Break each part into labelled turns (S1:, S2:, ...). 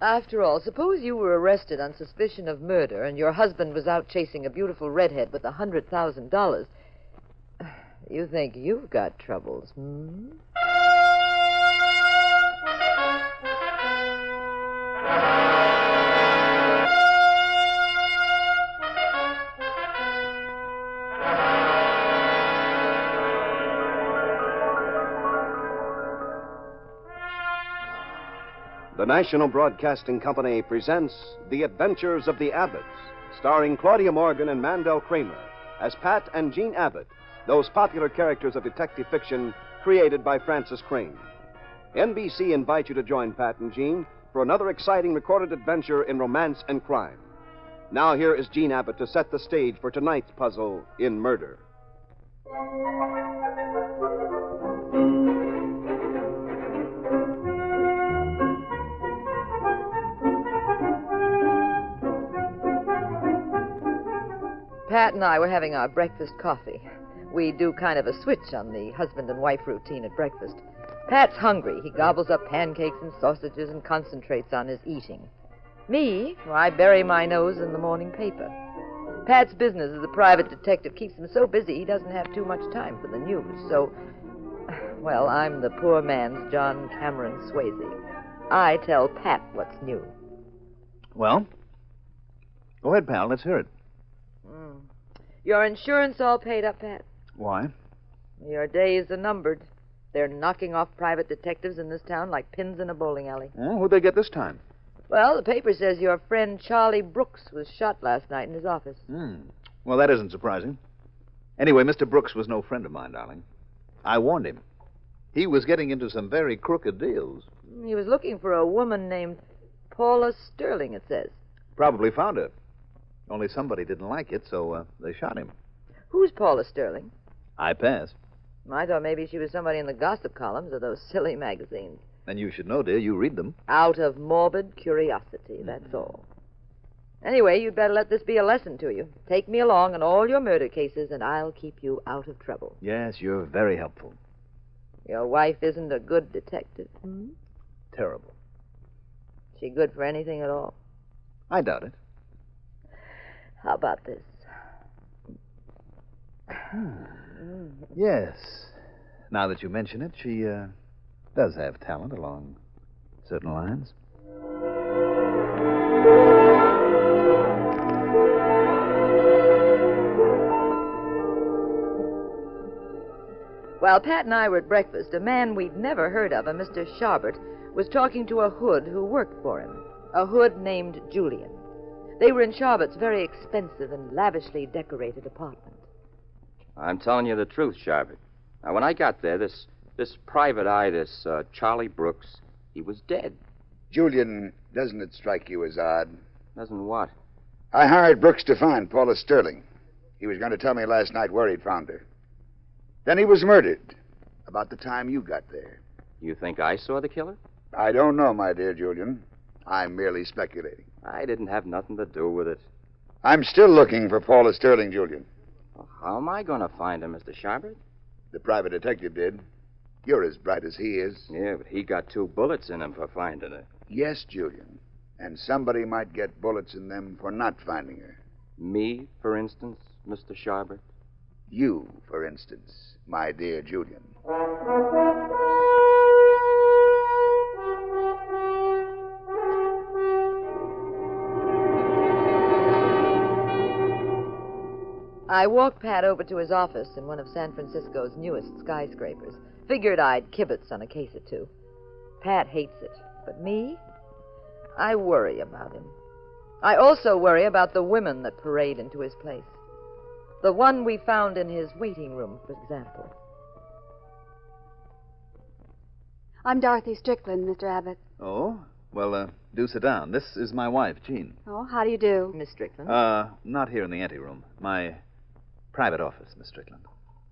S1: After all, suppose you were arrested on suspicion of murder and your husband was out chasing a beautiful redhead with a hundred thousand dollars. You think you've got troubles, hmm?
S2: The National Broadcasting Company presents The Adventures of the Abbotts, starring Claudia Morgan and Mandel Kramer as Pat and Jean Abbott, those popular characters of detective fiction created by Francis Crane. NBC invites you to join Pat and Jean for another exciting recorded adventure in romance and crime. Now, here is Jean Abbott to set the stage for tonight's puzzle in murder.
S1: Pat and I were having our breakfast coffee. We do kind of a switch on the husband and wife routine at breakfast. Pat's hungry. He gobbles up pancakes and sausages and concentrates on his eating. Me, I bury my nose in the morning paper. Pat's business as a private detective keeps him so busy he doesn't have too much time for the news. So, well, I'm the poor man's John Cameron Swayze. I tell Pat what's new.
S3: Well, go ahead, pal. Let's hear it.
S1: Hmm. Your insurance all paid up, Pat.
S3: Why?
S1: Your days are numbered. They're knocking off private detectives in this town like pins in a bowling alley.
S3: Well, who'd they get this time?
S1: Well, the paper says your friend Charlie Brooks was shot last night in his office.
S3: Hmm. Well, that isn't surprising. Anyway, Mr. Brooks was no friend of mine, darling. I warned him. He was getting into some very crooked deals.
S1: He was looking for a woman named Paula Sterling, it says.
S3: Probably found her. Only somebody didn't like it, so uh, they shot him.
S1: Who's Paula Sterling?
S3: I passed.
S1: I thought maybe she was somebody in the gossip columns of those silly magazines.
S3: And you should know, dear, you read them.
S1: Out of morbid curiosity, that's all. Anyway, you'd better let this be a lesson to you. Take me along on all your murder cases, and I'll keep you out of trouble.
S3: Yes, you're very helpful.
S1: Your wife isn't a good detective. Hmm?
S3: Terrible.
S1: She good for anything at all.
S3: I doubt it.
S1: How about this?
S3: Hmm. Yes. Now that you mention it, she uh, does have talent along certain lines.
S1: While Pat and I were at breakfast, a man we'd never heard of, a Mr. Sharbert, was talking to a hood who worked for him, a hood named Julian. They were in Sharbert's very expensive and lavishly decorated apartment.
S4: I'm telling you the truth, Sharpet. Now, when I got there, this this private eye, this uh, Charlie Brooks, he was dead.
S5: Julian, doesn't it strike you as odd?
S4: Doesn't what?
S5: I hired Brooks to find Paula Sterling. He was going to tell me last night where he'd found her. Then he was murdered about the time you got there.
S4: You think I saw the killer?
S5: I don't know, my dear Julian. I'm merely speculating.
S4: I didn't have nothing to do with it.
S5: I'm still looking for Paula Sterling, Julian.
S4: Well, how am I going to find him, Mr. Sharpet?
S5: The private detective did. You're as bright as he is.
S4: Yeah, but he got two bullets in him for finding her.
S5: Yes, Julian. And somebody might get bullets in them for not finding her.
S4: Me, for instance, Mr. Sharpet.
S5: You, for instance, my dear Julian.
S1: I walked Pat over to his office in one of San Francisco's newest skyscrapers. Figured I'd kibitz on a case or two. Pat hates it, but me? I worry about him. I also worry about the women that parade into his place. The one we found in his waiting room, for example.
S6: I'm Dorothy Strickland, Mr. Abbott.
S3: Oh? Well, uh, do sit down. This is my wife, Jean.
S6: Oh, how do you do?
S1: Miss Strickland?
S3: Uh, not here in the anteroom. My private office, Miss Strickland.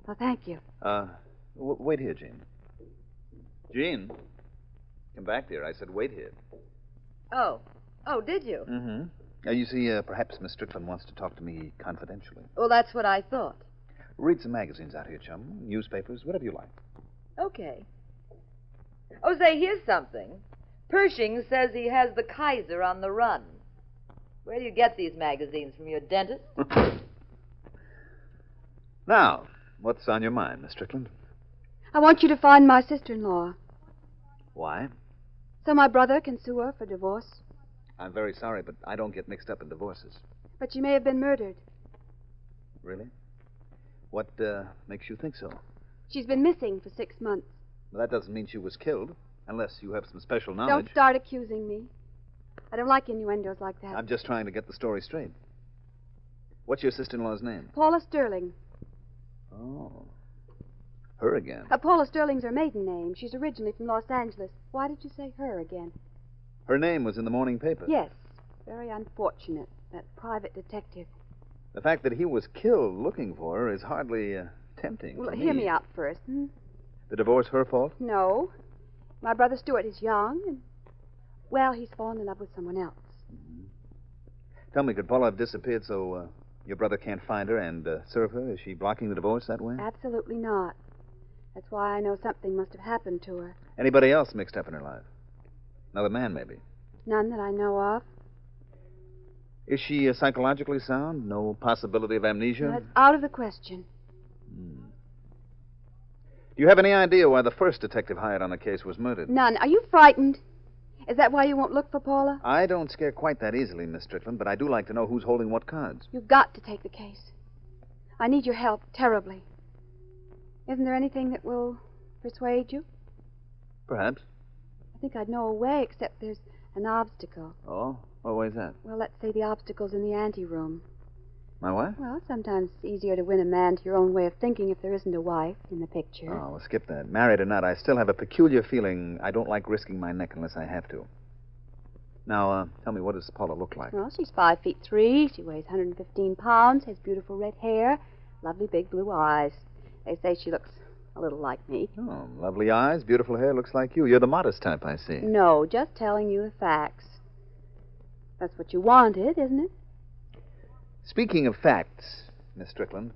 S6: Well, thank you.
S3: Uh, w- wait here, Jean. Jean, come back, dear. I said wait here.
S1: oh. Oh, did you?
S3: Mm-hmm. Now, you see, uh, perhaps Miss Strickland wants to talk to me confidentially.
S1: Well, that's what I thought.
S3: Read some magazines out here, chum. Newspapers, whatever you like.
S1: Okay. Oh, say, here's something. Pershing says he has the Kaiser on the run. Where do you get these magazines? From your dentist?
S3: Now, what's on your mind, Miss Strickland?
S6: I want you to find my sister in law
S3: Why?
S6: so my brother can sue her for divorce.
S3: I'm very sorry, but I don't get mixed up in divorces.
S6: But she may have been murdered.
S3: Really? What uh, makes you think so?
S6: She's been missing for six months.
S3: Well, that doesn't mean she was killed, unless you have some special knowledge.
S6: Don't start accusing me. I don't like innuendos like that.
S3: I'm just trying to get the story straight. What's your sister-in-law's name?
S6: Paula Sterling.
S3: Oh, her again.
S6: Uh, Paula Sterling's her maiden name. She's originally from Los Angeles. Why did you say her again?
S3: Her name was in the morning paper.
S6: Yes. Very unfortunate. That private detective.
S3: The fact that he was killed looking for her is hardly uh, tempting.
S6: Well,
S3: for
S6: hear me out first. Hmm?
S3: The divorce her fault?
S6: No. My brother Stuart is young and, well, he's fallen in love with someone else.
S3: Tell me, could Paula have disappeared so uh, your brother can't find her and uh, serve her? Is she blocking the divorce that
S6: Uh.
S3: way?
S6: Absolutely not. That's why I know something must have happened to her.
S3: Anybody else mixed up in her life? Another man, maybe.
S6: None that I know of.
S3: Is she uh, psychologically sound? No possibility of amnesia? Hmm.
S6: That's out of the question.
S3: Do you have any idea why the first detective hired on the case was murdered?
S6: None. Are you frightened? Is that why you won't look for Paula?
S3: I don't scare quite that easily, Miss Strickland, but I do like to know who's holding what cards.
S6: You've got to take the case. I need your help terribly. Isn't there anything that will persuade you?
S3: Perhaps.
S6: I think I'd know a way, except there's an obstacle.
S3: Oh, always that.
S6: Well, let's say the obstacle's in the anteroom.
S3: My wife?
S6: Well, sometimes it's easier to win a man to your own way of thinking if there isn't a wife in the picture.
S3: Oh, well, skip that. Married or not, I still have a peculiar feeling I don't like risking my neck unless I have to. Now, uh, tell me, what does Paula look like?
S6: Well, she's five feet three. She weighs 115 pounds, has beautiful red hair, lovely big blue eyes. They say she looks a little like me.
S3: Oh, lovely eyes, beautiful hair, looks like you. You're the modest type, I see.
S6: No, just telling you the facts. That's what you wanted, isn't it?
S3: Speaking of facts, Miss Strickland,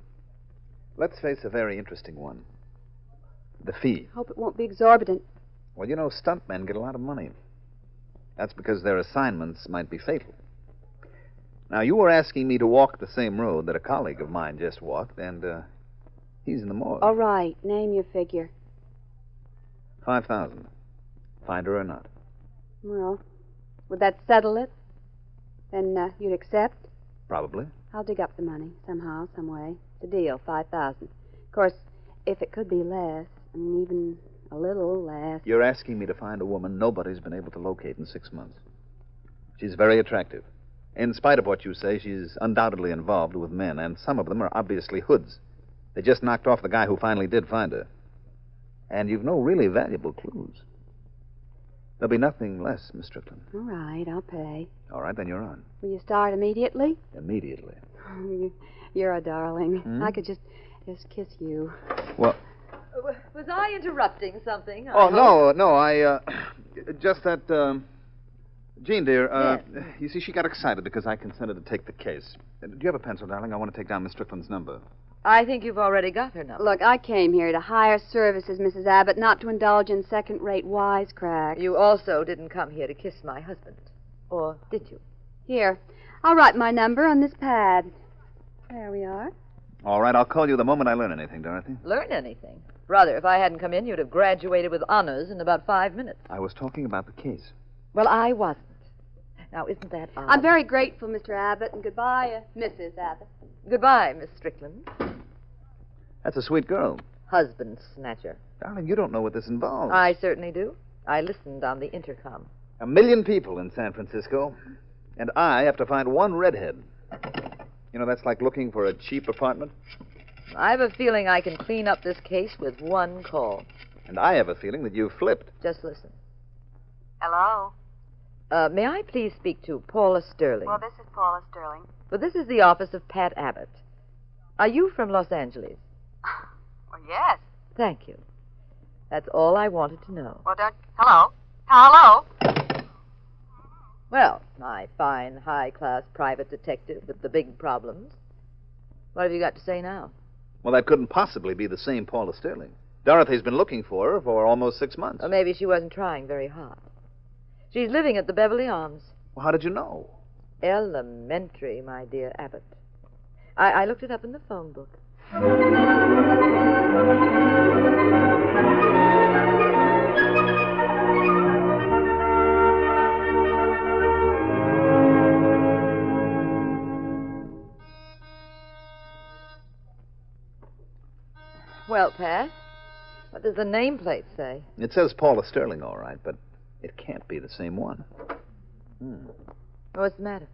S3: let's face a very interesting one the fee.
S6: Hope it won't be exorbitant.
S3: Well, you know, stuntmen get a lot of money. That's because their assignments might be fatal. Now, you were asking me to walk the same road that a colleague of mine just walked, and uh, he's in the morgue.
S6: All right, name your figure.
S3: Five thousand. Find her or not.
S6: Well, would that settle it? Then uh, you'd accept?
S3: Probably.
S6: I'll dig up the money somehow, some way. It's a deal, five thousand. Of course, if it could be less, I mean, even a little less.
S3: You're asking me to find a woman nobody's been able to locate in six months. She's very attractive. In spite of what you say, she's undoubtedly involved with men, and some of them are obviously hoods. They just knocked off the guy who finally did find her. And you've no really valuable clues. There'll be nothing less, Miss Strickland.
S6: All right, I'll pay.
S3: All right, then you're on.
S6: Will you start immediately?
S3: Immediately.
S6: You're a darling. I could just just kiss you.
S3: Well,
S1: W- Uh, Was I interrupting something? I
S3: oh,
S1: hope.
S3: no, no, I, uh, just that, um, Jean, dear, uh, you see, she got excited because I consented to take the case. Uh, Do you have a pencil, darling? I want to take down Miss Strickland's number.
S1: I think you've already got her number.
S6: Look, I came here to hire services, Mrs. Abbott, not to indulge in second-rate wisecracks.
S1: You also didn't come here to kiss my husband. Or did you?
S6: Here, I'll write my number on this pad. There we are.
S3: All right, I'll call you the moment I learn anything, Dorothy.
S1: Learn anything. Brother, if I hadn't come in, you'd have graduated with honors in about five minutes.
S3: I was talking about the case.
S1: Well, I wasn't. Now, isn't that odd?
S6: I'm very grateful, Mr. Abbott, and goodbye, uh, Mrs. Abbott.
S1: Goodbye, Miss Strickland.
S3: That's a sweet girl.
S1: Husband snatcher.
S3: Darling, you don't know what this involves.
S1: I certainly do. I listened on the intercom.
S3: A million people in San Francisco, and I have to find one redhead. You know, that's like looking for a cheap apartment.
S1: I have a feeling I can clean up this case with one call.
S3: And I have a feeling that you've flipped.
S1: Just listen.
S7: Hello.
S1: Uh, may I please speak to Paula Sterling?
S7: Well, this is Paula Sterling.
S1: Well, this is the office of Pat Abbott. Are you from Los Angeles?
S7: Well, yes.
S1: Thank you. That's all I wanted to know.
S7: Well, don't. Hello. Hello.
S1: Well, my fine, high class private detective with the big problems. What have you got to say now?
S3: Well, that couldn't possibly be the same Paula
S1: Uh,
S3: Sterling. Dorothy's been looking for her for almost six months.
S1: Or maybe she wasn't trying very hard. She's living at the Beverly Arms.
S5: Well, how did you know?
S1: Elementary, my dear Abbott. I, I looked it up in the phone book. Well, Pat, what does the nameplate say?
S5: It says Paula Sterling, all right, but it can't be the same one. Hmm,
S1: What's the matter?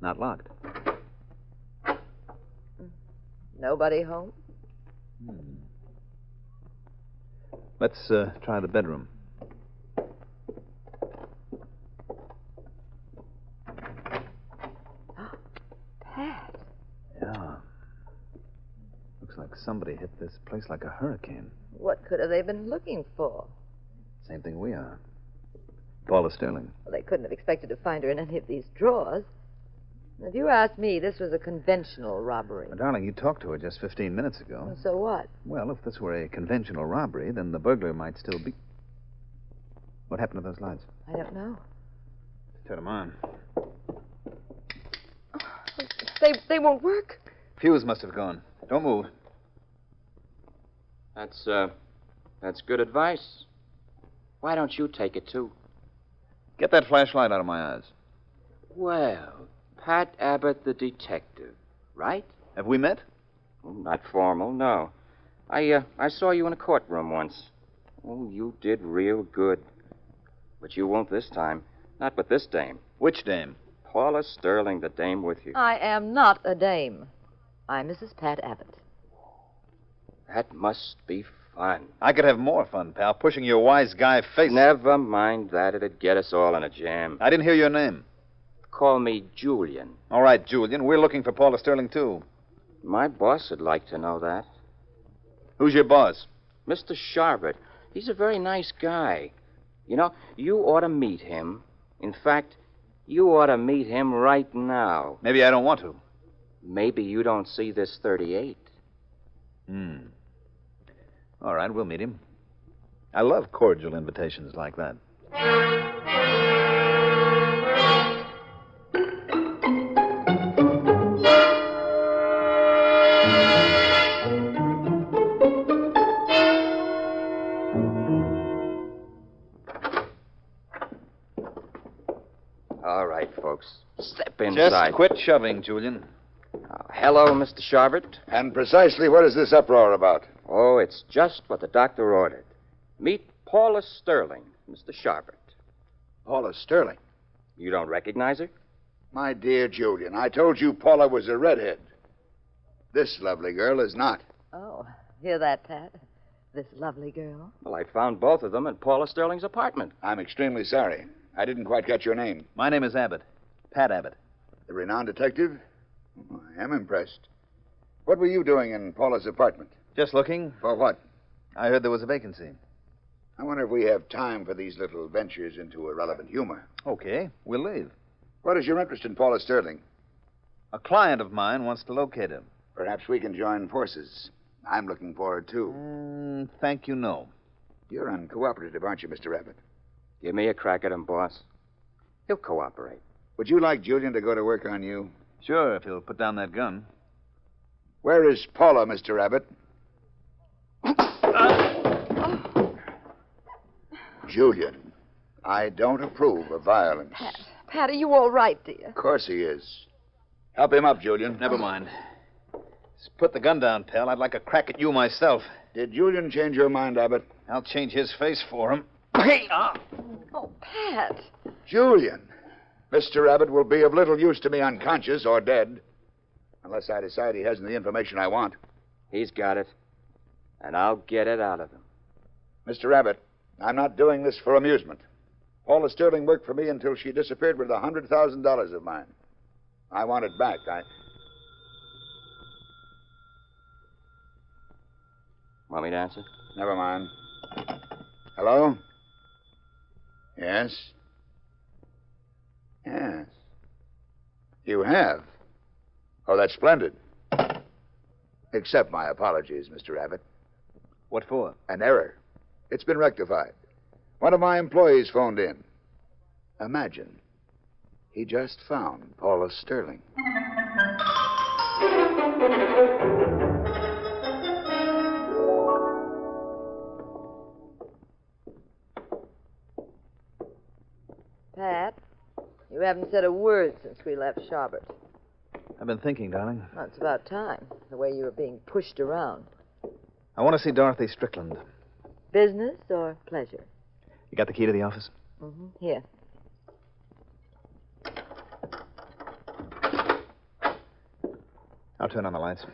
S5: not locked.
S1: Nobody home?
S5: Hmm. Let's uh, try the bedroom.
S1: Pat.
S5: Yeah. Looks like somebody hit this place like a hurricane.
S1: What could have they been looking for?
S5: Same thing we are. Paula Sterling.
S1: Well, they couldn't have expected to find her in any of these drawers. If you ask me, this was a conventional robbery.
S5: Now, darling, you talked to her just 15 minutes ago.
S1: So what?
S5: Well, if this were a conventional robbery, then the burglar might still be. What happened to those lights?
S1: I don't know.
S5: Turn them on.
S1: They, they won't work.
S5: Fuse must have gone. Don't move.
S4: That's, uh, that's good advice. Why don't you take it, too?
S5: Get that flashlight out of my eyes.
S4: Well, Pat Abbott, the detective, right?
S5: Have we met?
S4: Oh, Not formal, no. I, uh, I saw you in a courtroom once. Oh, you did real good. But you won't this time. Not with this dame.
S5: Which dame?
S4: Paula Sterling, the dame with you.
S1: I am not a dame. I'm Mrs. Pat Abbott.
S4: That must be fun.
S5: I could have more fun, pal, pushing your wise guy face.
S4: Never mind that. It'd get us all in a jam.
S5: I didn't hear your name.
S4: Call me Julian.
S5: All right, Julian. We're looking for Paula Sterling, too.
S4: My boss would like to know that.
S5: Who's your boss?
S4: Mr. Sharbert, he's a very nice guy. You know, you ought to meet him. In fact, you ought to meet him right now.
S5: Maybe I don't want to.
S4: Maybe you don't see this 38.
S5: Hmm. All right, we'll meet him. I love cordial invitations like that.
S4: All right, folks. Step inside.
S5: Just quit shoving, Julian.
S4: Uh, hello, Mr. Sharbert.
S3: And precisely what is this uproar about?
S4: Oh, it's just what the doctor ordered. Meet Paula Sterling, Mr. Sharbert.
S3: Paula Sterling.
S4: You don't recognize her?
S3: My dear Julian, I told you Paula was a redhead. This lovely girl is not.
S1: Oh, hear that, Pat? This lovely girl.
S4: Well, I found both of them at Paula Sterling's apartment.
S3: I'm extremely sorry. I didn't quite get your name.
S5: My name is Abbott. Pat Abbott.
S3: The renowned detective? I am impressed. What were you doing in Paula's apartment?
S5: Just looking.
S3: For what?
S5: I heard there was a vacancy.
S3: I wonder if we have time for these little ventures into irrelevant humor.
S5: Okay, we'll leave.
S3: What is your interest in Paula Sterling?
S5: A client of mine wants to locate him.
S3: Perhaps we can join forces. I'm looking forward, too.
S5: Mm, thank you, no.
S3: You're uncooperative, aren't you, Mr. Abbott?
S4: Give me a crack at him, boss. He'll cooperate.
S3: Would you like Julian to go to work on you?
S5: Sure, if you'll put down that gun.
S3: Where is Paula, Mr. Abbott? Julian, I don't approve of violence.
S1: Pat, are you all right, dear?
S3: Of course he is. Help him up, Julian.
S5: Never mind. Just put the gun down, pal. I'd like a crack at you myself.
S3: Did Julian change your mind, Abbott?
S5: I'll change his face for him.
S1: Oh, Pat.
S3: Julian! Mr. Abbott will be of little use to me unconscious or dead. Unless I decide he hasn't the information I want.
S4: He's got it. And I'll get it out of him.
S3: Mr. Abbott, I'm not doing this for amusement. Paula Sterling worked for me until she disappeared with a $100,000 of mine. I want it back. I.
S4: Want me to answer?
S3: Never mind. Hello? Yes? Yes. You have? Oh, that's splendid. Accept my apologies, Mr. Abbott.
S5: What for?
S3: An error. It's been rectified. One of my employees phoned in.
S5: Imagine. He just found Paula Sterling.
S1: Pat, you haven't said a word since we left Schaubert.
S3: I've been thinking, darling.
S1: Well, it's about time, the way you were being pushed around.
S3: I want to see Dorothy Strickland.
S1: Business or pleasure?
S3: You got the key to the office?
S1: Mm-hmm. Here.
S3: I'll turn on the lights.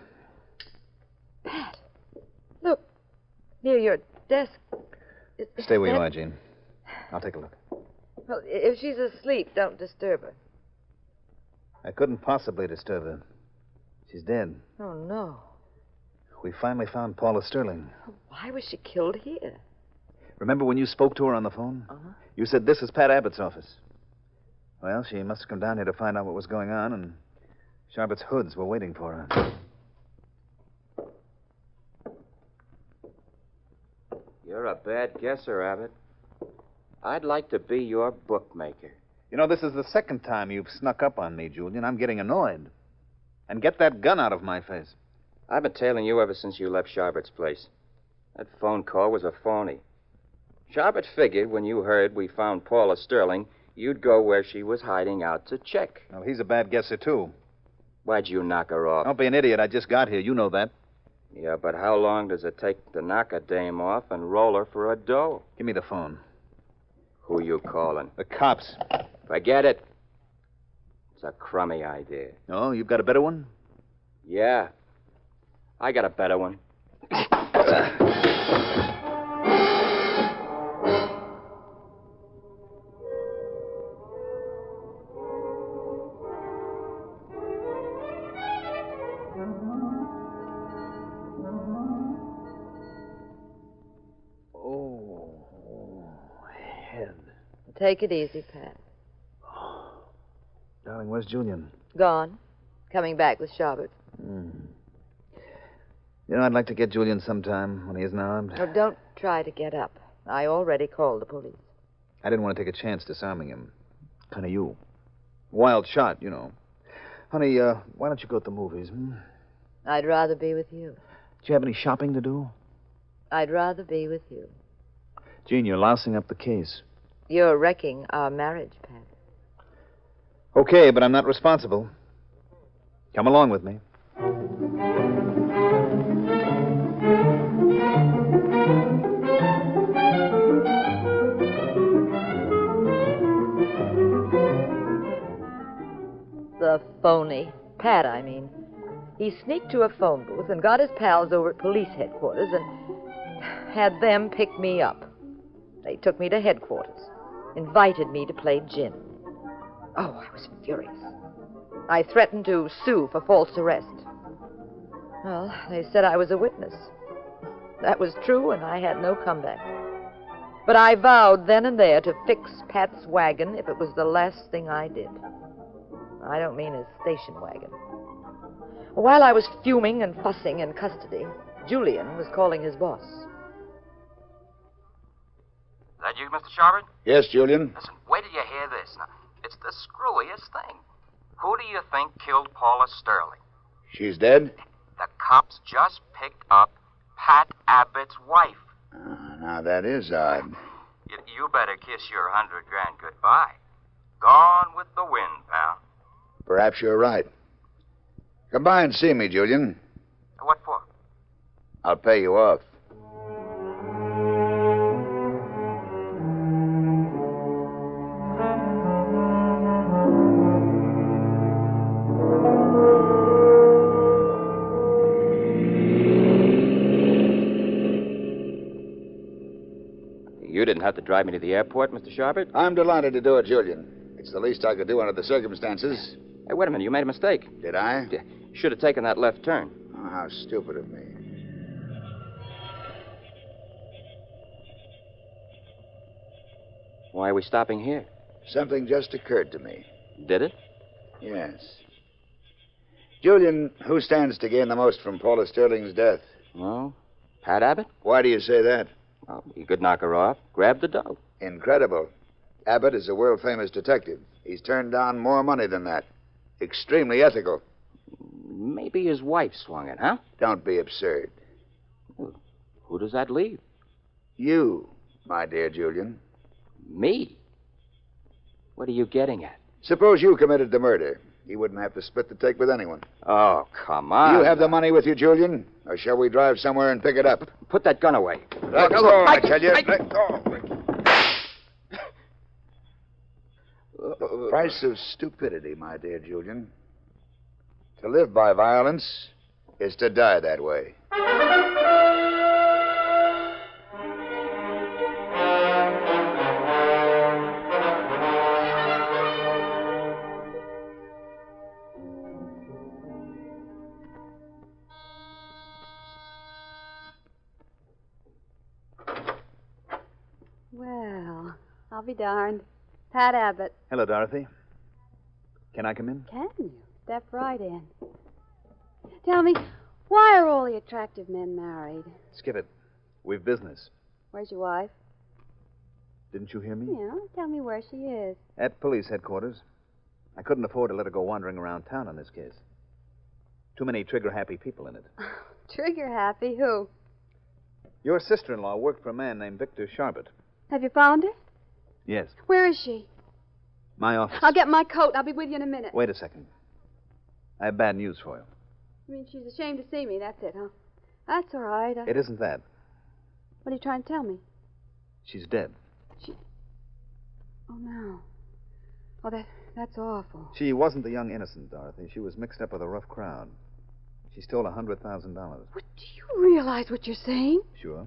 S1: Pat, look, near your desk. Is- is
S3: Stay where you
S1: that-
S3: are, Jean. I'll take a look.
S1: Well, i- if she's asleep, don't disturb her.
S3: I couldn't possibly disturb her. She's dead.
S1: Oh, no.
S3: We finally found Paula Sterling.
S1: Why was she killed here?
S3: Remember when you spoke to her on the phone?
S1: Uh-huh.
S3: You said this is Pat Abbott's office. Well, she must have come down here to find out what was going on, and Sharpet's hoods were waiting for her.
S4: You're a bad guesser, Abbott. I'd like to be your bookmaker.
S3: You know, this is the second time you've snuck up on me, Julian. I'm getting annoyed. And get that gun out of my face.
S4: I've been tailing you ever since you left Sharbert's place. That phone call was a phony. Sharbert figured when you heard we found Paula Sterling, you'd go where she was hiding out to check.
S3: Well, he's a bad guesser, too.
S4: Why'd you knock her off?
S3: Don't be an idiot. I just got here. You know that.
S4: Yeah, but how long does it take to knock a dame off and roll her for a dough?
S3: Give me the phone.
S4: Who you calling?
S3: The cops.
S4: Forget it. It's a crummy idea.
S3: Oh, you've got a better one?
S4: Yeah. I got a better one.
S3: Oh, head.
S1: Take it easy, Pat.
S3: Darling, where's Julian?
S1: Gone. Coming back with Schaubert.
S3: You know, I'd like to get Julian sometime when he isn't armed.
S1: Now, don't try to get up. I already called the police.
S3: I didn't want to take a chance disarming him. Kind of you. Wild shot, you know. Honey, uh, why don't you go to the movies? Hmm? Do
S1: I'd rather be with you.
S3: you have any shopping to do?
S1: I'd rather be with you.
S3: Gene, you're lousing up the case.
S1: You're wrecking our marriage, Pat.
S3: Okay, but I'm not responsible. Come along with me.
S1: The phony. Pat, I mean. He sneaked to a phone booth and got his pals over at police headquarters and had them pick me up. They took me to headquarters, invited me to play gin. Oh, I was furious. I threatened to sue for false arrest. Well, they said I was a witness. That was true, and I had no comeback. But I vowed then and there to fix Pat's wagon if it was the last thing I did. I don't mean his station wagon. While I was fuming and fussing in custody, Julian was calling his boss.
S8: That you, Mr. Sharbert?
S5: Yes, Julian?
S8: Listen, wait till you hear this. Now, it's the screwiest thing. Who do you think killed Paula Sterling?
S5: She's dead?
S8: The cops just picked up Pat Abbott's wife.
S5: Ah, now, that is odd.
S8: You, you better kiss your hundred grand goodbye. Gone with the wind, pal.
S5: Perhaps you're right. Come by and see me, Julian.
S8: What for?
S5: I'll pay you off.
S4: You didn't have to drive me to the airport, Mr. Sharbert.
S5: I'm delighted to do it, Julian. It's the least I could do under the circumstances.
S4: Hey, wait a minute. You made a mistake.
S5: Did I?
S4: Should have taken that left turn.
S5: Oh, how stupid of me.
S4: Why are we stopping here?
S5: Something just occurred to me.
S4: Did it?
S5: Yes. Julian, who stands to gain the most from Paula Sterling's death?
S4: No. Pat Abbott?
S5: Why do you say that?
S4: Oh, he could knock her off, grab the dough.
S5: Incredible. Abbott is a world famous detective. He's turned down more money than that. Extremely ethical.
S4: Maybe his wife swung it, huh?
S5: Don't be absurd.
S4: Who does that leave?
S5: You, my dear Julian,
S4: Me? What are you getting at?
S5: suppose you committed the murder. You wouldn't have to split the take with anyone.
S4: Oh, come
S5: Do
S4: on.
S5: you have the money with you, Julian? Or shall we drive somewhere and pick it up?
S4: Put that gun away.
S5: Let go, I tell you. Let go. The price of stupidity, my dear Julian. To live by violence is to die that way.
S6: Well, I'll be darned. Pat Abbott,
S3: Hello, Dorothy. Can I come in?
S6: can you step right in? Tell me, why are all the attractive men married?
S3: Skip it. We've business.
S6: Where's your wife?
S3: Didn't you hear me?
S6: Yeah, tell me where she is.
S3: At police headquarters. I couldn't afford to let her go wandering around town on this case. Too many trigger happy people in it.
S6: Trigger happy, who?
S3: Your sister in law worked for a man named Victor Sharbert.
S6: Have you found her?
S3: Yes.
S6: Where is she?
S3: My office.
S6: I'll get my coat. I'll be with you in a minute.
S3: Wait a second. I have bad news for you.
S6: I mean, she's ashamed to see me. That's it, huh? That's all right. I...
S3: It isn't that.
S6: What are you trying to tell me?
S3: She's dead.
S6: Oh no. Oh, that that's awful.
S3: She wasn't the young innocent, Dorothy. She was mixed up with a rough crowd. She stole a $100,000.
S6: What do you realize what you're saying?
S3: Sure.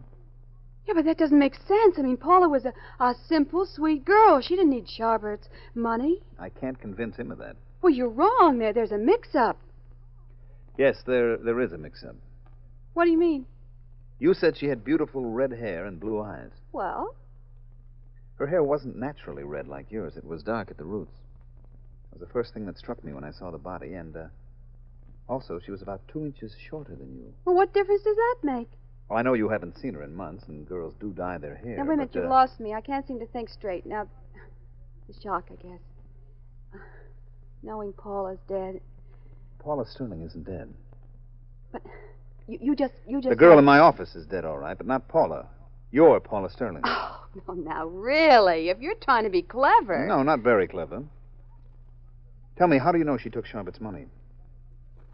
S6: Yeah, but that doesn't make sense. I mean, Paula was a, a simple, sweet girl. She didn't need Sharbert's money.
S3: I can't convince him of that.
S6: Well, you're wrong. There, there's a mix-up.
S3: Yes, there, there is a mix up.
S6: What do you mean?
S3: You said she had beautiful red hair and blue eyes.
S6: Well,
S3: Her hair wasn't naturally red like yours. It was dark at the roots. It was the first thing that struck me when I saw the body, and uh, also she was about two inches shorter than you.
S6: well, what difference does that make?
S3: Well, I know you haven't seen her in months, and girls do dye their hair.
S6: now, wait a minute.
S3: but,
S6: You've
S3: uh,
S6: lost me. I can't seem to think straight. Now, the shock, I guess. Knowing Paula's dead,
S3: Paula Sterling isn't dead.
S6: but you, you just, you just.
S3: The girl in my office is dead, all right, but not Paula. You're Paula Sterling.
S6: Oh, no, now really, if you're trying to be clever.
S3: No, not very clever. Tell me, how do you know she took Sharpet's money?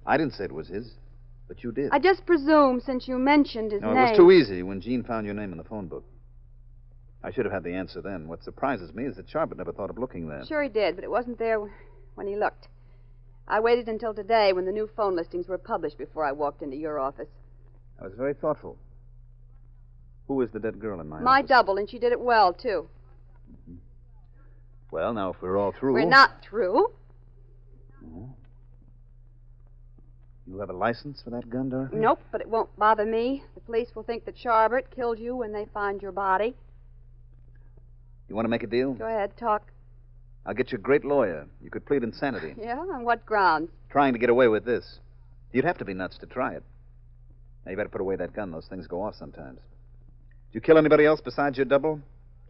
S3: I didn't say it was his, but you did.
S6: I just presume since you mentioned his
S3: No,
S6: name.
S3: it was too easy when Jean found your name in the phone book. I should have had the answer then. What surprises me is that Charbot never thought of looking there.
S6: Sure he did, but it wasn't there w- when he looked. I waited until today when the new phone listings were published before I walked into your office.
S3: I was very thoughtful. Who is the dead girl in my
S6: My
S3: office?
S6: double, and she did it well, too.
S3: Well, now if we're all through,
S6: We're not through.
S3: You have a license for that gun, Dorothy?
S6: Nope, but it won't bother me. The police will think that Charbert killed you when they find your body.
S3: You want to make a deal?
S6: Go ahead, talk.
S3: I'll get you a great lawyer. You could plead insanity,
S6: Yeah, on what grounds?
S3: trying to get away with this. You'd have to be nuts to try it. Now you better put away that gun. Those things go off sometimes. Did you kill anybody else besides your double?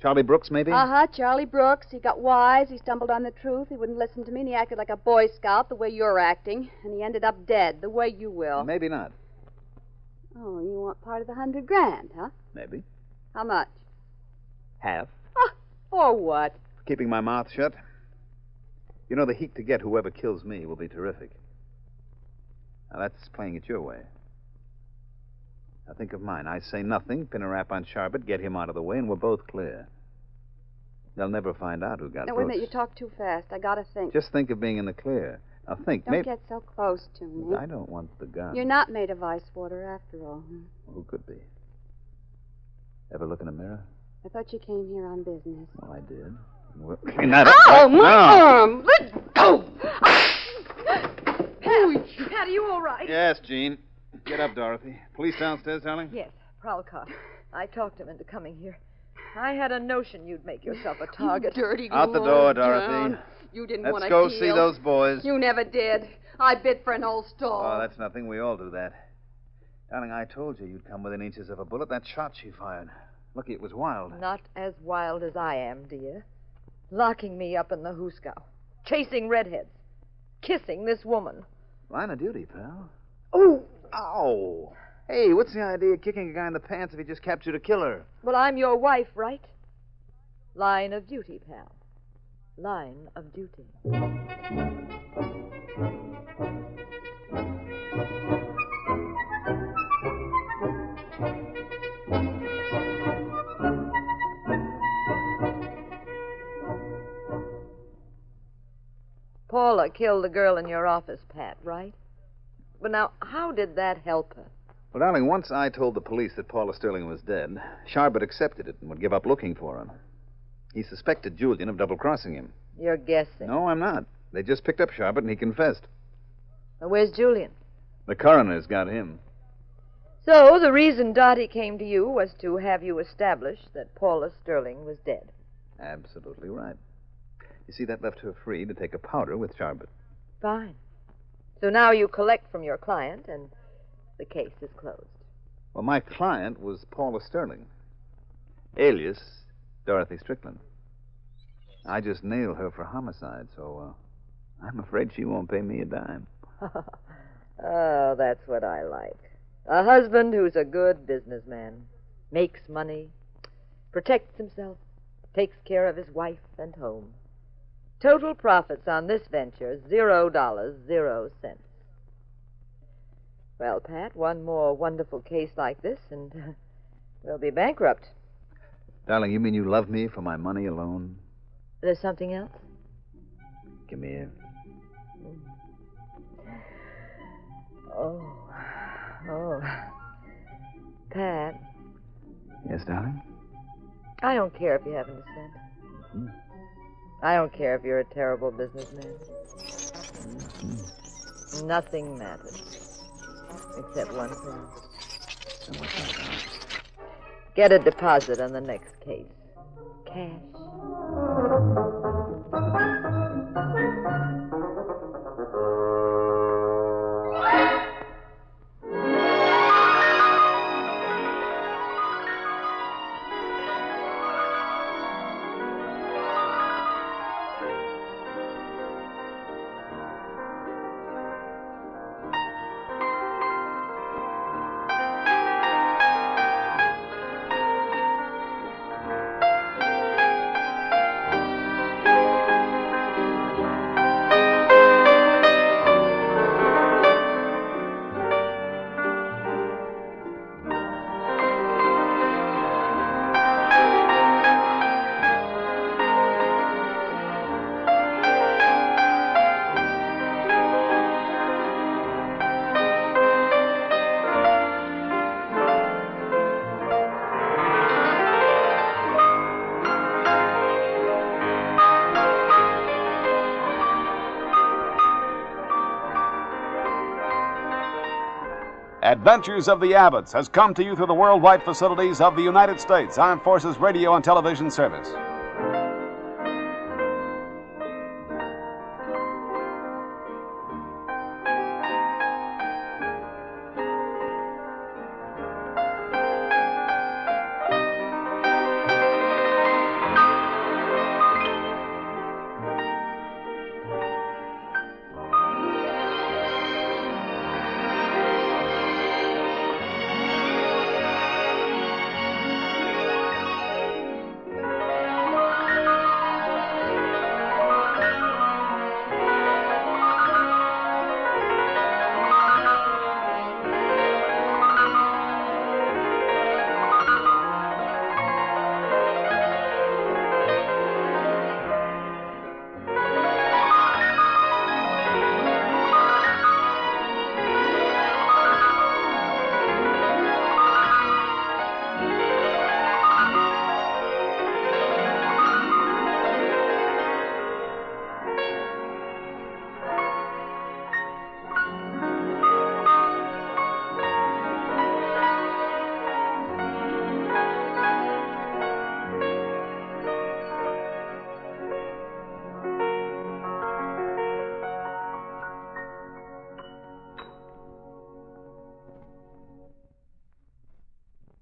S3: Charlie Brooks, maybe?
S6: Uh huh, Charlie Brooks. He got wise. He stumbled on the truth. He wouldn't listen to me, and he acted like a Boy Scout the way you're acting. And he ended up dead the way you will.
S3: Maybe not.
S6: Oh, you want part of the hundred grand, huh?
S3: Maybe.
S6: How much?
S3: Half.
S6: Ah, for what?
S3: keeping my mouth shut. You know, the heat to get whoever kills me will be terrific. Now, that's playing it your way. Now, think of mine. I say nothing, pin a rap on Sharbert, get him out of the way, and we're both clear. They'll never find out who got
S6: Now, wait a
S3: Brooks.
S6: minute. You talk too fast. I gotta think.
S3: Just think of being in the clear. Now, think.
S6: Don't
S3: maybe...
S6: get so close to me.
S3: I don't want the gun.
S6: You're not made of ice water, after all. hmm?
S3: Who could be? Ever look in a mirror?
S6: I thought you came here on business. Oh,
S3: Well, I did. We'll clean that up right now.
S6: arm! Let go! Ah! Pat, are you all right?
S3: Yes, Jean. Get up, Dorothy. Police downstairs, darling?
S1: Yes, Prowlcott. I talked him into coming here. I had a notion you'd make yourself a target.
S6: Dirty
S3: Out the door,
S6: glory
S3: Dorothy.
S6: down. You didn't want
S3: Let's
S6: to
S3: go see those boys.
S6: You never did. I bid for an old stall.
S3: Oh, that's nothing. We all do that. Darling, I told you you'd come within inches of a bullet. That shot she fired. Lucky it was wild.
S1: Not as wild as I am, dear. locking me up in the hoosegow, chasing redheads, kissing this woman.
S3: Line of duty, pal.
S1: Oh,
S3: Ow! Hey, what's the idea of kicking a guy in the pants if he just captured a killer?
S1: well, I'm your wife, right? Line of duty, pal. Line of duty. Paula killed the girl in your office, Pat, right? But now, how did that help her?
S3: Well, darling, once I told the police that Paula Sterling was dead, Sharbert accepted it and would give up looking for her. He suspected Julian of double crossing him.
S1: You're guessing.
S3: No, I'm not. They just picked up Sharbert and he confessed.
S1: Now, where's Julian?
S3: The coroner's got him.
S1: So, the reason Dottie came to you was to have you establish that Paula Sterling was dead.
S3: Absolutely right. You see, that left her free to take a powder with Sharbert.
S1: Fine. So now you collect from your client, and the case is closed.
S3: Well, my client was Paula Sterling, alias Dorothy Strickland. I just nailed her for homicide, so uh, I'm afraid she won't pay me a dime.
S1: oh, that's what I like. A husband who's a good businessman, makes money, protects himself, takes care of his wife and home. Total profits on this venture zero dollars, zero cents. Well, Pat, one more wonderful case like this, and we'll be bankrupt.
S3: Darling, you mean you love me for my money alone?
S1: There's something else?
S3: Come here.
S1: Oh. Oh. Pat,
S3: Yes, darling?
S1: I don't care if you haven't a cent.
S3: Hmm.
S1: I don't care if you're a terrible businessman.
S3: Mm-hmm.
S1: Nothing matters. Except one thing. Get a deposit on the next case. Cash.
S9: Adventures of the Abbotts has come to you through the worldwide facilities of the United States Armed Forces Radio and Television Service.